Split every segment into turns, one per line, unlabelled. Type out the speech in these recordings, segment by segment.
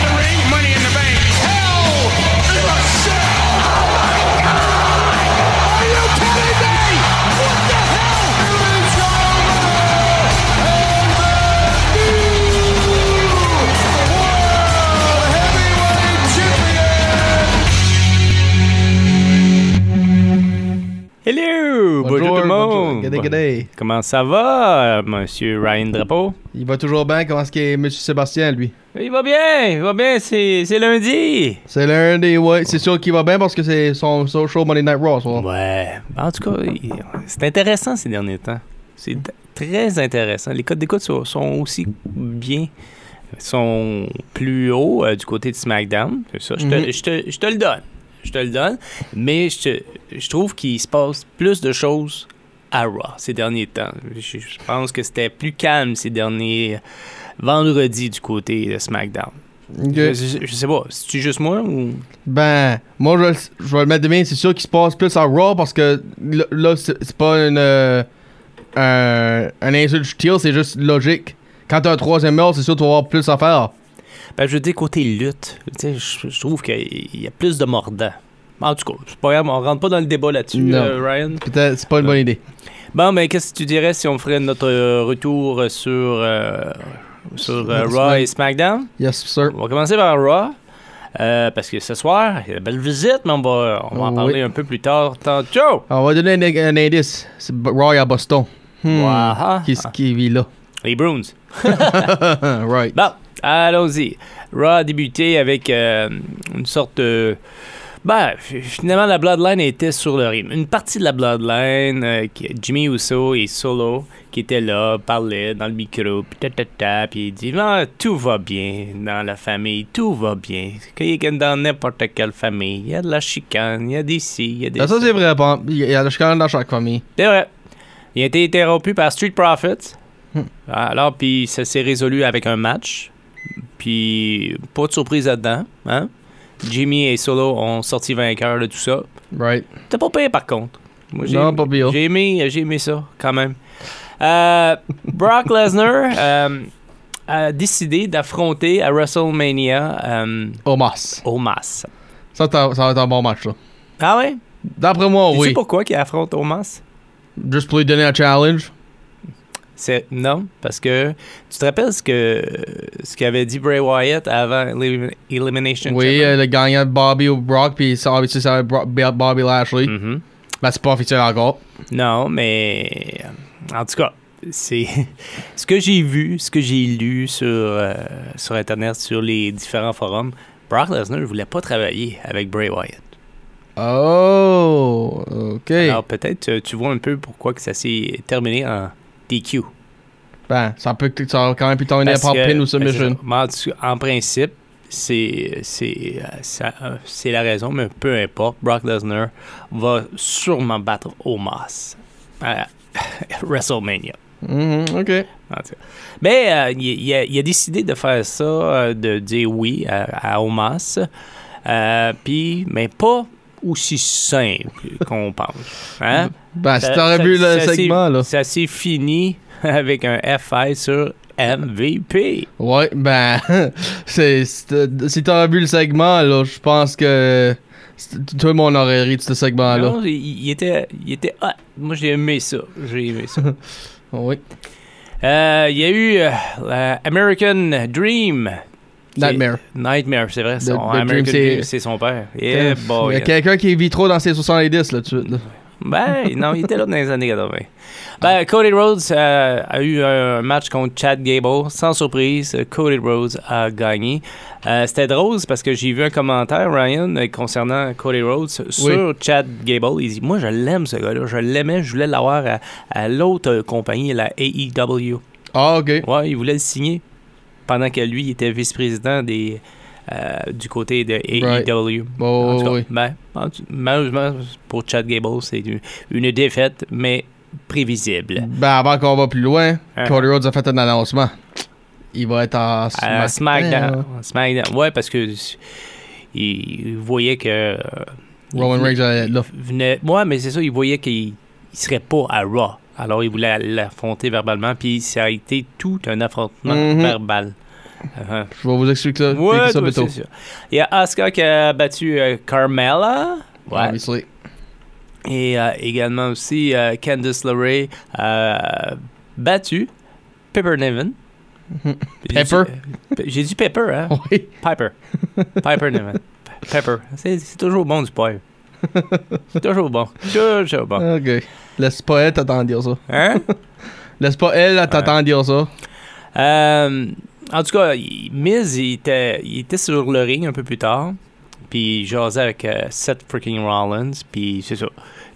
the ring, money in the bank. Hell in a cell. Are you kidding me? What the hell?
Hello! Bonjour,
Bonjour,
tout le
bonjour.
monde!
G'day, g'day.
Comment ça va, euh, monsieur Ryan Drapeau?
Il va toujours bien. Comment est-ce qu'est M. Sébastien, lui?
Il va bien, il va bien, c'est c'est lundi!
C'est l'un des... Ouais, c'est sûr qu'il va bien parce que c'est son, son show Monday Night Raw. son-
Ouais, en tout cas, il- c'est intéressant ces derniers temps. C'est t- très intéressant. Les codes d'écoute sont, sont aussi bien, sont plus hauts euh, du côté de SmackDown. C'est ça, je te-
Mhm.
je te je te le donne. Je te le donne, mais je, te- je trouve qu'il se passe plus de choses à Raw ces derniers temps. Je, je pense que c'était plus calme ces derniers vendredis du côté de SmackDown.
Ok.
Je, je- je sais pas, c'est-tu juste moi ou...
Ben, moi, je, le- je vais le mettre demain. C'est sûr qu'il se passe plus à Raw parce que là, là, c'est c'est pas une... euh, un, un insulte style, c'est juste logique. Quand t'as un troisième match, c'est sûr que tu vas avoir plus à faire.
Ben, je veux dire, côté lutte, tu sais, je, je trouve qu'il y a plus de mordants. En tout cas, c'est pas grave, on rentre pas dans le débat là-dessus,
Non.
euh, Ryan.
Peut-être c'est pas une bonne idée.
Bon, mais qu'est-ce que tu dirais si on ferait notre euh, retour sur, euh, sur euh, Raw et SmackDown?
Yes, sir.
On va commencer par Raw. euh, parce que ce soir, il y a une belle visite, mais on va, on va en
Oui.
parler un peu plus tard tantôt.
On va donner un, un indice. C'est B- Raw à Boston. Hmm.
Waha.
Qu'est-ce qui vit là?
Les Bruins.
right.
Bon, allons-y. Raw a débuté avec euh, une sorte de. Ben, f- finalement, la Bloodline était sur le rythme. Une partie de la Bloodline, euh, qui- Jimmy Uso et Solo, qui étaient là, parlaient dans le micro, puis ta ta ta, puis ils disaient Ah, Tout va bien dans la famille, tout va bien. Qu'il y a dans n'importe quelle famille, il y a de la chicane, il y a des ci, il y a des.
Ça, ça, c'est vrai. bon. Il y a le chicane dans chaque famille.
C'est vrai. Il a été interrompu par Street Profits.
Hmm.
Alors, puis ça s'est résolu avec un match. Puis, pas de surprise là-dedans. Hein? Jimmy et Solo ont sorti vainqueurs de tout ça.
Right.
C'était pas pire, par contre. Moi, j'ai-
Non, pas pire.
J'ai aimé, j'ai aimé ça, quand même. Euh, Brock Lesnar euh, a décidé d'affronter à WrestleMania euh,
Omas.
Omas.
Ça, t'as- ça va être un bon match, ça.
Ah ouais?
D'après moi,
Tu sais
Oh oui.
pourquoi qu'il affronte Omas?
Juste pour lui donner un challenge.
C'est- non, parce que tu te rappelles ce que ce qu'avait dit Bray Wyatt avant l'Elim- Elimination
Oui,
Chamber?
euh, le gagnant Bobby ou Brock, puis ça, obviously, ça va être Bro- Bo- Bobby Lashley.
Mhm.
Ben, c'est pas officiel encore.
Non, mais en tout cas, c'est ce que j'ai vu, ce que j'ai lu sur euh, sur internet, sur les différents forums. Brock Lesnar ne voulait pas travailler avec Bray Wyatt.
Oh, ok.
Alors peut-être euh, tu vois un peu pourquoi que ça s'est terminé en TQ.
ben, ça peut que- ça va quand même plus terminer
Parce
par
que- ben,
pin ou
parce que-
submission.
mais en tout- En principe, c'est c'est euh, ça, euh, c'est la raison, mais peu importe. Brock Lesnar va sûrement battre Omas à WrestleMania.
Mhm, ok.
En tout cas. Mais euh, il, il a, il a décidé de faire ça, euh, de dire oui à, à Omas, Euh, puis mais pas aussi simple qu'on pense. Hein?
Ben, si
Ça-
t'aurais
ça-
vu
ça
le
s'est-
segment, là.
Ça s'est fini avec un FI sur MVP.
Ouais, ben, c'est, c'est- si t'aurais vu le segment, eh, là, je pense que c'est- tout le monde aurait ri de ce segment-là.
Non, il, il était, il était hot. Moi, j'ai aimé ça. J'ai aimé ça.
Oui.
Euh, Il y a eu euh, la American Dream. qui-
Nightmare.
Nightmare, c'est vrai. Son,
The- The
American
Dream, c'est-
Dream, c'est son père. Yeah,
Il Eh, y
Eh, boy.
a quelqu'un qui vit trop dans ses 70, là, tout de suite, là.
Ben, non, il était là dans les années 80. Ben, Cody Rhodes euh, a eu un match contre Chad Gable. Sans surprise, Cody Rhodes a gagné. Euh, C'était drôle c'est parce que j'ai vu un commentaire, Ryan, euh, concernant Cody Rhodes sur
Oui.
Chad Gable. Il dit Moi, je l'aime, ce gars-là. Je l'aimais. Je voulais l'avoir à, à l'autre euh, compagnie, la AEW.
Ah, ok.
Ouais, il voulait le signer pendant que lui il était vice-président des. euh, du côté de E
Right.
AEW. En
Bon,
tout cas,
Oh, oui.
ben, en tout- malheureusement, pour Chad Gable, c'est une, une défaite, mais prévisible.
Ben, avant qu'on va plus loin,
Hein.
Cody Rhodes a fait un annoncement. il va être
À
en
Euh, SmackDown.
SmackDown.
SmackDown. Ouais, parce que s- il, il voyait que. euh,
Roman
il-
Reigns allait être là.
il venait. Ouais, mais c'est ça, il voyait qu'il il serait pas à Raw. Alors, il voulait l'affronter verbalement, puis ça a été tout un affrontement
Mhm.
verbal. Uh-huh.
Je vais vous expliquer ça.
Ouais,
Euh, ça
toi,
bientôt.
c'est ça. Il y a Asuka qui a battu euh, Carmella.
Ah,
Ouais.
Obviously.
Et euh, également aussi euh, Candice LeRae a battu Pepper Niven. J'ai dit-
Pepper?
euh, J'ai dit Pepper, hein?
Oui.
Piper. Piper Niven. Pe- Pepper. C'est c'est toujours bon du poivre. C'est toujours bon. Toujours bon.
Ok. Laisse pas elle t'attendre dire ça.
Hein?
Laisse pas elle t'attendre dire ça.
Euh, en tout cas, il- Miz, il était, il était sur le ring un peu plus tard. Puis il jasait avec euh, Seth freaking Rollins. Puis c'est ça.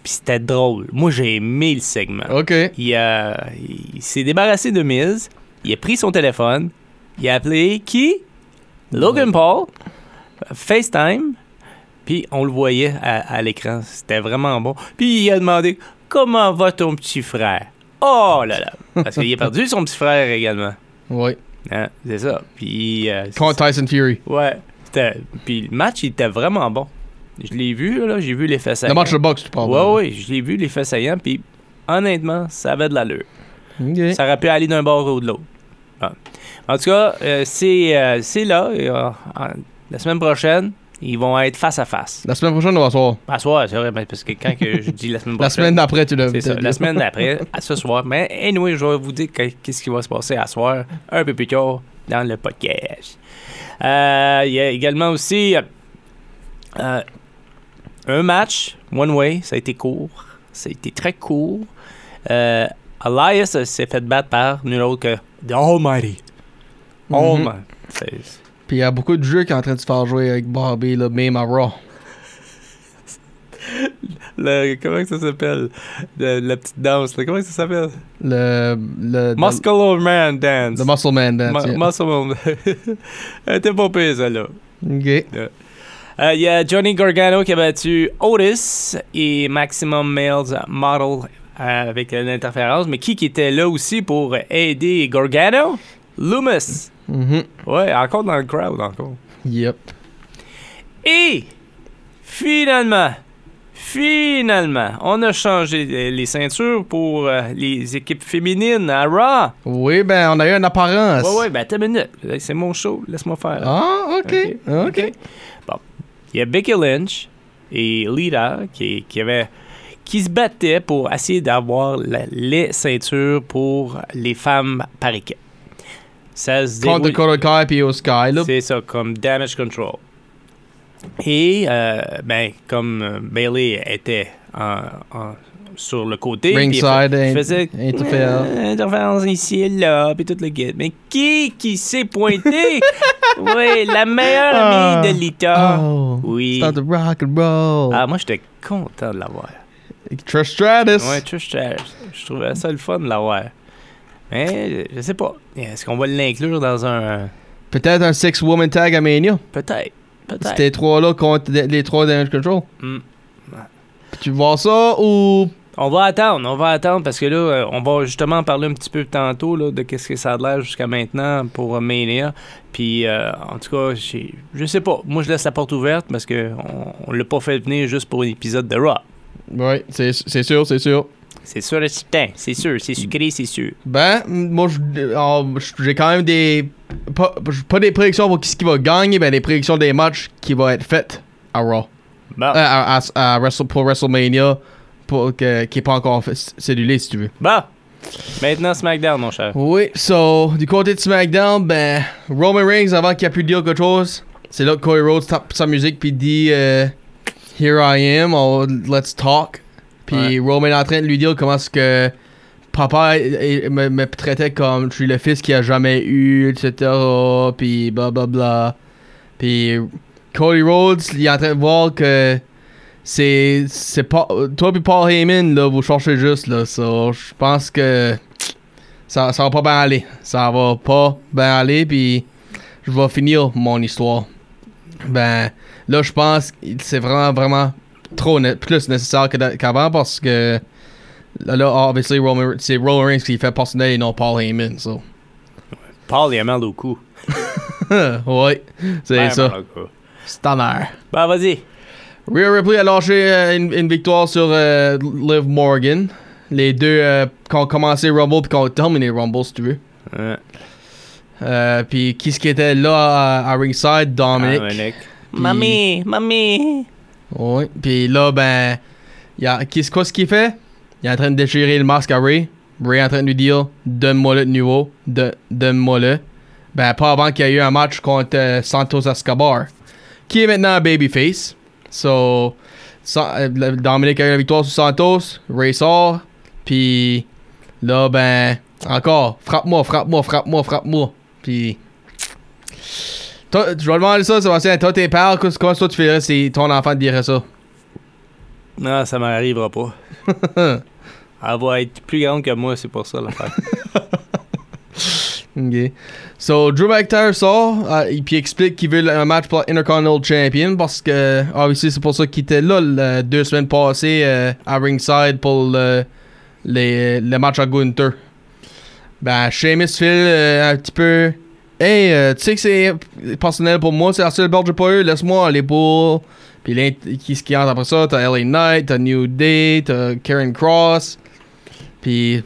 Puis c'était drôle. Moi, j'ai aimé le segment.
Ok.
Il, a- il s'est débarrassé de Miz. Il a pris son téléphone. Il a appelé qui? Logan Paul. FaceTime. Puis on le voyait à, à l'écran. C'était vraiment bon. Puis il a demandé Comment va ton petit frère? Oh là là! Parce qu'il a perdu son petit frère également.
Ouais.
Hein, C'est ça. Puis. euh, c'est
Contre Tyson Fury.
ça. Ouais. C'était- Puis le match, il était vraiment bon. Je l'ai vu, là. J'ai vu les fesses
Le match de boxe, tu parles.
Ouais, ouais, je l'ai vu, les fesses saillants, puis honnêtement, ça avait de l'allure.
Ok.
Ça aurait pu aller d'un bord ou de l'autre. Bon. En tout cas, euh, c'est euh, c'est là. et, euh, en- la semaine prochaine, ils vont être face à face.
La semaine prochaine, on va voir.
À soir, Ah, c'est vrai, mais parce que quand que je dis la semaine
La semaine
prochaine.
d'après, tu l'as
C'est ça, la semaine d'après, à ce soir. Mais anyway, je vais vous dire que- qu'est-ce qui va se passer à soir, un peu plus tard, dans le podcast. Euh, Il y a également aussi euh, euh, un match, One Way, ça a été court. Ça a été très court. Euh, Elias euh, s'est fait battre par nul autre que The Almighty.
Mhm.
Almighty. C'est-
Puis il y a beaucoup de jeux qui sont en train de se faire jouer avec Barbie, là, même à Raw.
le- comment que ça s'appelle? Le- la petite danse, là, comment que ça s'appelle?
Le. le
Muscle Man Dance.
The Muscle Man Dance.
Ma-
yeah.
Muscle Man. Elle était pas pire, celle-là. Euh,
Ok.
Il y a Johnny Gargano qui a battu Otis et Maximum Males Model euh, avec euh, l'interférence. Mais qui qui était là aussi pour aider Gargano? Loomis.
Mhm.
Ouais, encore dans le crowd, encore.
Yep.
Et finalement, finalement, on a changé euh, les ceintures pour euh, les équipes féminines à Raw.
Oui, ben, on a eu une apparence.
Ouais, ouais, ben attends une minute. C'est mon show, laisse-moi faire.
Ah, ok. Ok.
Bon. Il y a Becky Lynch et Lita qui, qui avaient- qui se battaient pour essayer d'avoir la- les ceintures pour les femmes par équipe. Ça se
Contre
déroule-
Dakota Kai puis Oscar, là.
C'est ça, comme damage control. Et, euh, ben, comme Bailey était en- en- sur le côté, puis il fa-
Ringside,
il
in-
faisait
interfere.
euh, interférence ici et là, puis tout le guide. Mais qui qui s'est pointé? oui, la meilleure
Ah.
amie de Lita.
Oh.
oui.
Start the rock and roll.
Ah, moi, j'étais content de l'avoir.
Trish Stratus.
Ouais, tu sais, j'étais- je trouvais ça le fun de l'avoir. Mais, je sais pas. Est-ce qu'on va l'inclure dans un.
Peut-être un six woman tag à Mania.
Peut-être. Peut-être.
C'était trois là contre de- les trois Damage Control.
Hmm.
Puis Tu vois ça ou
On va attendre, on va attendre parce que là, euh, on va justement parler un petit peu tantôt là, de qu'est-ce que ça a l'air jusqu'à maintenant pour euh, Mania. Puis, euh, en tout cas, j'ai- je sais pas. Moi, je laisse la porte ouverte parce que on, on l'a pas fait venir juste pour un épisode de Raw.
Ouais, c'est c'est sûr, c'est sûr.
C'est sûr et certain, c'est sûr, c'est sucré, c'est sûr.
Ben, moi, je- en- j'ai quand même des. Pas, pas des prédictions pour qui, ce qui va gagner, mais des prédictions des matchs qui vont être faites à Raw.
Bon,
Euh, à, à- à Wrestle- pour WrestleMania, pour que- qui n'est pas encore fait- cellulé, si tu veux.
bon. Maintenant, SmackDown, mon cher.
Oui, so, du côté de SmackDown, ben, Roman Reigns, avant qu'il a pu dire quelque chose, c'est là que Cody Rhodes tape sa musique, puis dit euh, Here I am, or let's talk. Puis Roman est en train de lui dire comment est-ce que papa eh, eh, me, me traitait comme je suis le fils qu'il a jamais eu, etc. Puis blablabla. Puis Cody Rhodes, il est en train de voir que c'est. c'est pas, toi, puis Paul Heyman, là, vous cherchez juste, là. So, je pense que ça, ça va pas bien aller. Ça va pas bien aller, puis je vais finir mon histoire. Ben, là, je pense que c'est vraiment, vraiment trop né- plus nécessaire que d'a- qu'avant parce que ah, là, là, obviously, Roman- c'est Roman Reigns qui fait personnel et non Paul Heyman. So.
Paul, il a mal au cou.
ouais, c'est
Ben,
ça.
mal au cou.
Standard.
Ben, vas-y.
Rhea Ripley a lâché euh, une, une victoire sur euh, Liv Morgan. Les deux euh, qui ont commencé Rumble puis qui ont terminé Rumble, si tu veux.
Hein,
Euh, puis qui ce qui était là à, à ringside? Dominic.
Ah, Dominic.
Puis- Mamie,
mamie.
Ouais. Puis là, ben, il a, qu'est-ce, qu'est-ce qu'il fait? Il est en train de déchirer le masque à Ray. Ray est en train de lui dire Donne-moi le de nouveau. De, donne-moi le. Ben, pas avant qu'il y ait eu un match contre euh, Santos Escobar, qui est maintenant un babyface. So, San- euh, le- Dominic a eu la victoire sur Santos. Ray sort. Puis là, ben, encore frappe-moi, frappe-moi, frappe-moi, frappe-moi. Puis. Toi, je vais demander ça, Sébastien. Toi, t'es père, qu'est-ce que toi tu ferais si ton enfant te dirait ça?
Non, ça m'arrivera pas. Elle va être plus grande que moi, c'est pour ça l'affaire.
Ok. So, Drew McIntyre sort, euh, et puis explique qu'il veut le- un match pour Intercontinental Champion parce que, obviously, c'est pour ça qu'il était là le- deux semaines passées euh, à Ringside pour le, les, euh, le match à Gunther. Ben, Seamus file euh, un petit peu. Hey, euh, tu sais que c'est personnel pour moi, c'est la seule belt que j'ai pas eu, laisse-moi aller pour. Puis, l'int- qu'est-ce qui entre après ça? T'as LA Knight, t'as New Day, t'as Karen Cross. Puis,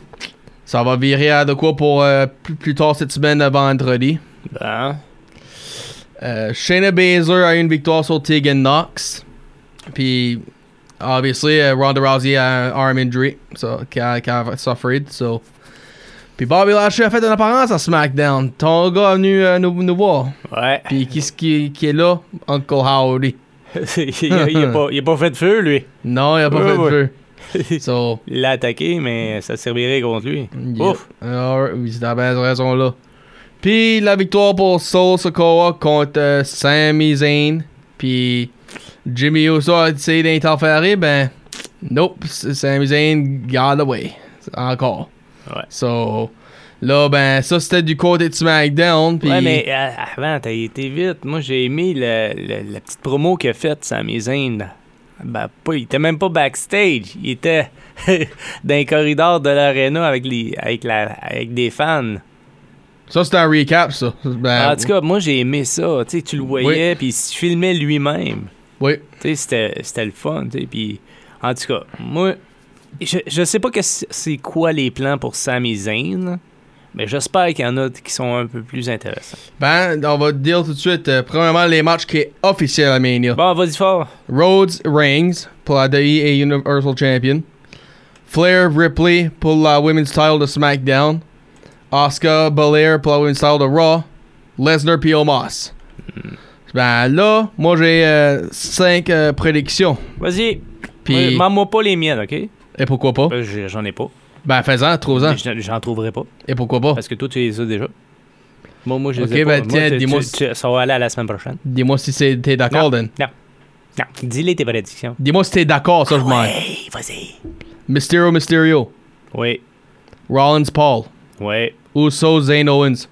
ça va virer à de quoi pour euh, plus, plus tard cette semaine, euh, vendredi.
Ben,
Euh, Shayna Baszler a eu une victoire sur Tegan Knox. Puis, obviously, euh, Ronda Rousey a un arm injury so, qui a, qui a suffered. So. Puis Bobby Lashley a fait une apparence à SmackDown. Ton gars est venu euh, nous, nous voir.
ouais.
Puis, qui, ce qui, qui est là? Uncle Howdy.
il, a, il a pas, il a pas fait de feu, lui.
Non, il a pas
Oui,
fait
oui.
de feu. So,
Il l'a attaqué, mais ça servirait contre lui.
Yep.
Ouf.
Alright, Ah, oui, c'est la belle raison là. Puis la victoire pour Soul Sokoa contre euh, Sami Zayn. Puis Jimmy Uso a essayé d'interférer, ben nope, S- Sami Zayn got away. Encore.
Ouais.
So là, ben ça c'était du côté de SmackDown. Puis
Ouais, mais euh, avant, t'as été vite. Moi, j'ai aimé le- le- la petite promo qu'il a faite, Sami Zayn. Ben, pas, il était même pas backstage. Il était dans les corridors de l'arena avec, les- avec, la- avec des fans.
ça c'était un recap ça. Ben,
Ah, en tout cas, moi, j'ai aimé ça. Tu sais, tu le voyais, puis il se filmait lui-même.
oui.
Tu sais, c'était c'était le fun. tu sais, Puis, en tout cas, moi, je, je sais pas que c- c'est quoi les plans pour Sami Zayn, mais j'espère qu'il y en a qui sont un peu plus intéressants.
Ben, on va te dire tout de suite, euh, premièrement, les matchs qui est officiel à Mania.
Bon, vas-y fort.
Rhodes Reigns pour la WWE et E Universal Champion. Flair Ripley pour la Women's Title de SmackDown. Oscar Belair pour la Women's Title de Raw. Lesnar puis Omos. Ben là, moi j'ai 5 prédictions.
Vas-y.
Puis, Oh.
Maman pas les miennes, OK?
et pourquoi pas?
Ben, j'ai- J'en ai pas.
Ben fais-en, trouve-en.
Mais j'en- J'en trouverai pas.
Et pourquoi pas?
Parce que toi, tu les as déjà. Moi, moi je les
Oh. Ok,
ai pas.
ben, tiens,
tu-
dis-moi
tu-
si-
tu- Ça va aller à la semaine prochaine.
Dis-moi si c'est- t'es d'accord, Dan.
Non, dis-les tes prédictions.
Dis-moi si t'es d'accord, ça je m'en.
Hey, vas-y.
Mysterio Mysterio.
Oui,
Rollins Paul.
oui,
Uso Zayn Owens.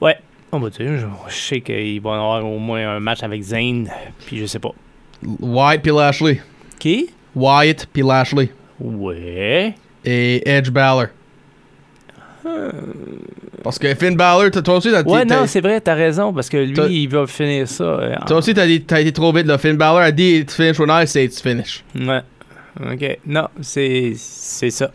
ouais. On va dire, je, je Ah, bah, sais qu'il va y avoir au moins un match avec Zayn, puis je sais pas.
Wyatt puis Lashley.
Qui?
Wyatt puis Lashley.
Ouais.
et Edge Balor. Parce que Finn Balor, t- toi aussi, t'as
Ouais,
t'as-
non, c'est vrai, t'as raison, parce que
T'as-
lui, il va finir ça. euh, en-
toi aussi, t'as dit- t'as été trop vite. Là. Finn Balor a dit It's finished when I say it's finished.
Ouais. Ok. Non, c'est c'est ça.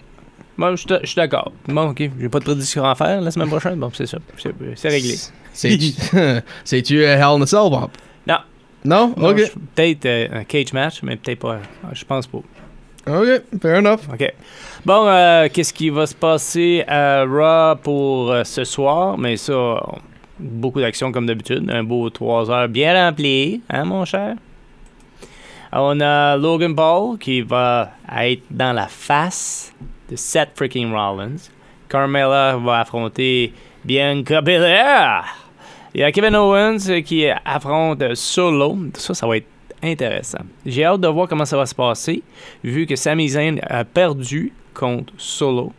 Bon, je suis d- je suis d'accord. Bon, ok. J'ai pas de prédiction à faire la semaine prochaine. Bon, c'est ça. C'est c'est réglé.
C'est- C'est-tu euh, Hell in a Cell, Bob?
Non.
Non?
Non,
ok.
je- Peut-être euh, un cage match, mais peut-être pas. Je pense pas.
Ok, fair enough.
Ok. Bon, euh, qu'est-ce qui va se passer à Raw pour euh, ce soir? Mais ça, on- beaucoup d'actions comme d'habitude. Un beau 3 heures bien rempli, hein, mon cher? On a Logan Paul qui va être dans la face de Seth freaking Rollins. Carmella va affronter Bianca Belair. Il y a Kevin Owens qui affronte Solo. Ça, ça va être intéressant. J'ai hâte de voir comment ça va se passer vu que Sami Zayn a perdu contre Solo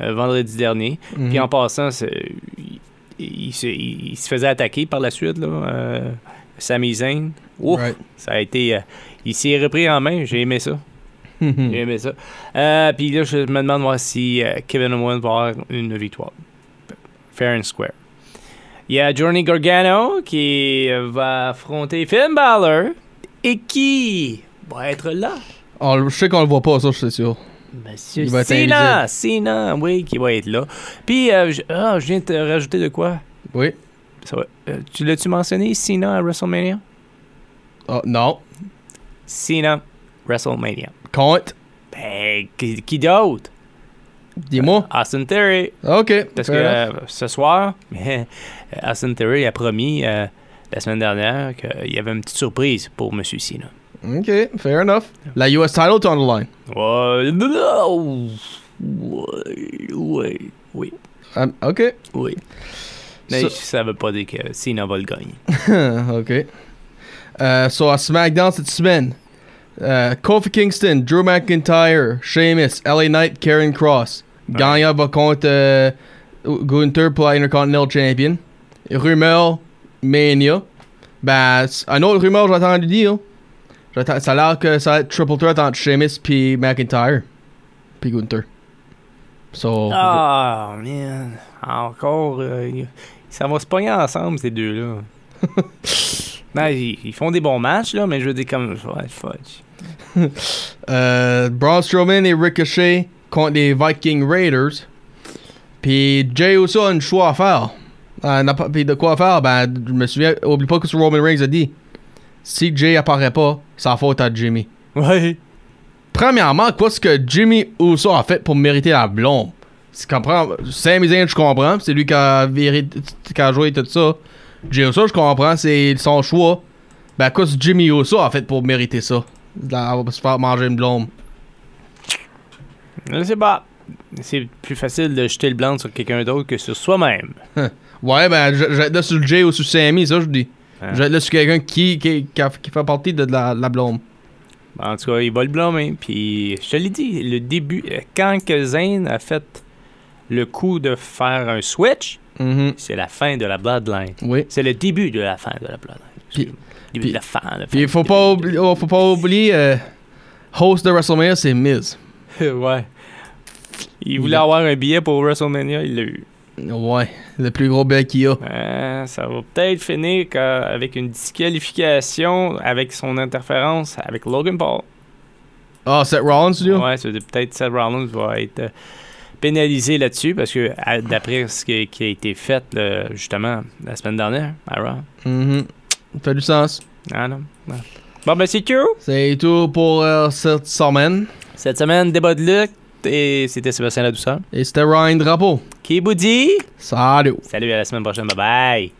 euh, vendredi dernier.
Mhm.
Puis en passant, c'est- il, il se, il- il se faisait attaquer par la suite, là, euh, Sami Zayn. Ouf,
Right.
Ça a été. euh, il s'est repris en main, j'ai aimé ça.
Mhm.
J'ai aimé ça. Euh, puis là, je me demande voir si euh, Kevin Owens va avoir une victoire. Fair and Square. Il y a Johnny Gargano qui euh, va affronter Finn Balor et qui va être là.
On le- Ah, je sais qu'on le voit pas, ça, je suis sûr.
Monsieur
Il va être
Cena,
invisible.
Cena, oui, qui va être là. Puis, euh, je, ah, je viens de te rajouter de quoi?
Oui.
Ça va- euh, tu l'as-tu mentionné, Cena à WrestleMania?
Ah, non.
Cena, WrestleMania.
Compte.
Ben, qui, qui d'autre?
Dis-moi.
Austin Theory.
Ok.
Parce que
fair enough.
euh, ce soir, euh, Austin Theory a promis euh, la semaine dernière qu'il y avait une petite surprise pour Monsieur Cena.
Ok, fair enough. La US title est on the line.
Ouais, non, ouais, ouais, oui,
Um, ok.
oui. Mais
Ça-
ça veut pas dire que Cena va le gagner.
ok. Euh, so, à SmackDown cette semaine, euh, Kofi Kingston, Drew McIntyre, Sheamus, LA Knight, Karen Cross. Gagnant va contre euh, Gunther pour la Intercontinental Champion. Rumeur Mania. Ben, s- un autre rumeur, j'ai entendu dire. J'attends- Ça a l'air que ça va être triple threat entre Sheamus puis McIntyre. Puis Gunther. So,
Ah, man. Encore. euh, y- ça va se pogner ensemble, ces deux-là. non, ils, ils font des bons matchs, là, mais je veux dire, comme. Ouais, fudge.
Euh, Braun Strowman et Ricochet contre les Viking Raiders. Puis Jay Uso a un choix à faire. Euh, n'a pas- puis de quoi faire, ben, je me souviens, oublie pas que ce Roman Reigns a dit si Jay apparaît pas, c'est la faute à Jimmy.
Ouais.
Premièrement, quoi ce que Jimmy Uso a fait pour mériter la blonde Tu comprends Saint je comprends, c'est lui qui a, viré- qui a joué tout ça. Jay Uso, je comprends, c'est son choix. Ben, quoi ce Jimmy Uso a fait pour mériter ça Elle va se faire manger une blonde.
Je sais pas. C'est plus facile de jeter le blanc sur quelqu'un d'autre que sur soi-même.
Ouais, ben, je- je vais être là sur le Jay ou sur Sammy, ça, je dis.
Ah.
Je vais être là sur quelqu'un qui, qui, qui, a- qui fait partie de la, la blonde.
En tout cas, il va le blâmer. Puis, je te l'ai dit, le début, euh, quand que Zayn a fait le coup de faire un switch,
Mhm,
c'est la fin de la Bloodline.
Oui.
C'est le début de la fin de la Bloodline.
Puis-
Excuse-moi. Début
puis-
de la fin. la
Puis, il
fin,
faut
début
pas,
de-
oubli- oh, faut pas oublier, euh, host de WrestleMania, c'est Miz.
ouais. Il voulait
Il a-
avoir un billet pour WrestleMania, il l'a eu.
Ouais, le plus gros bec qu'il y a.
Euh, ça va peut-être finir qu'a- avec une disqualification avec son interférence avec Logan Paul.
Ah, Seth Rollins, tu dis?
Ouais, ça veut dire peut-être Seth Rollins va être euh, pénalisé là-dessus parce que à- d'après ce qui, qui a été fait là, justement la semaine dernière, à Raw.
Mhm. Ça fait du sens.
Ah non. non. Bon ben c'est tout.
C'est tout pour euh, cette semaine.
Cette semaine débat de lutte et c'était Sébastien Ladouceur.
Et c'était Ryan Drapeau.
Qui vous dit
Salut.
Salut à la semaine prochaine. Bye bye.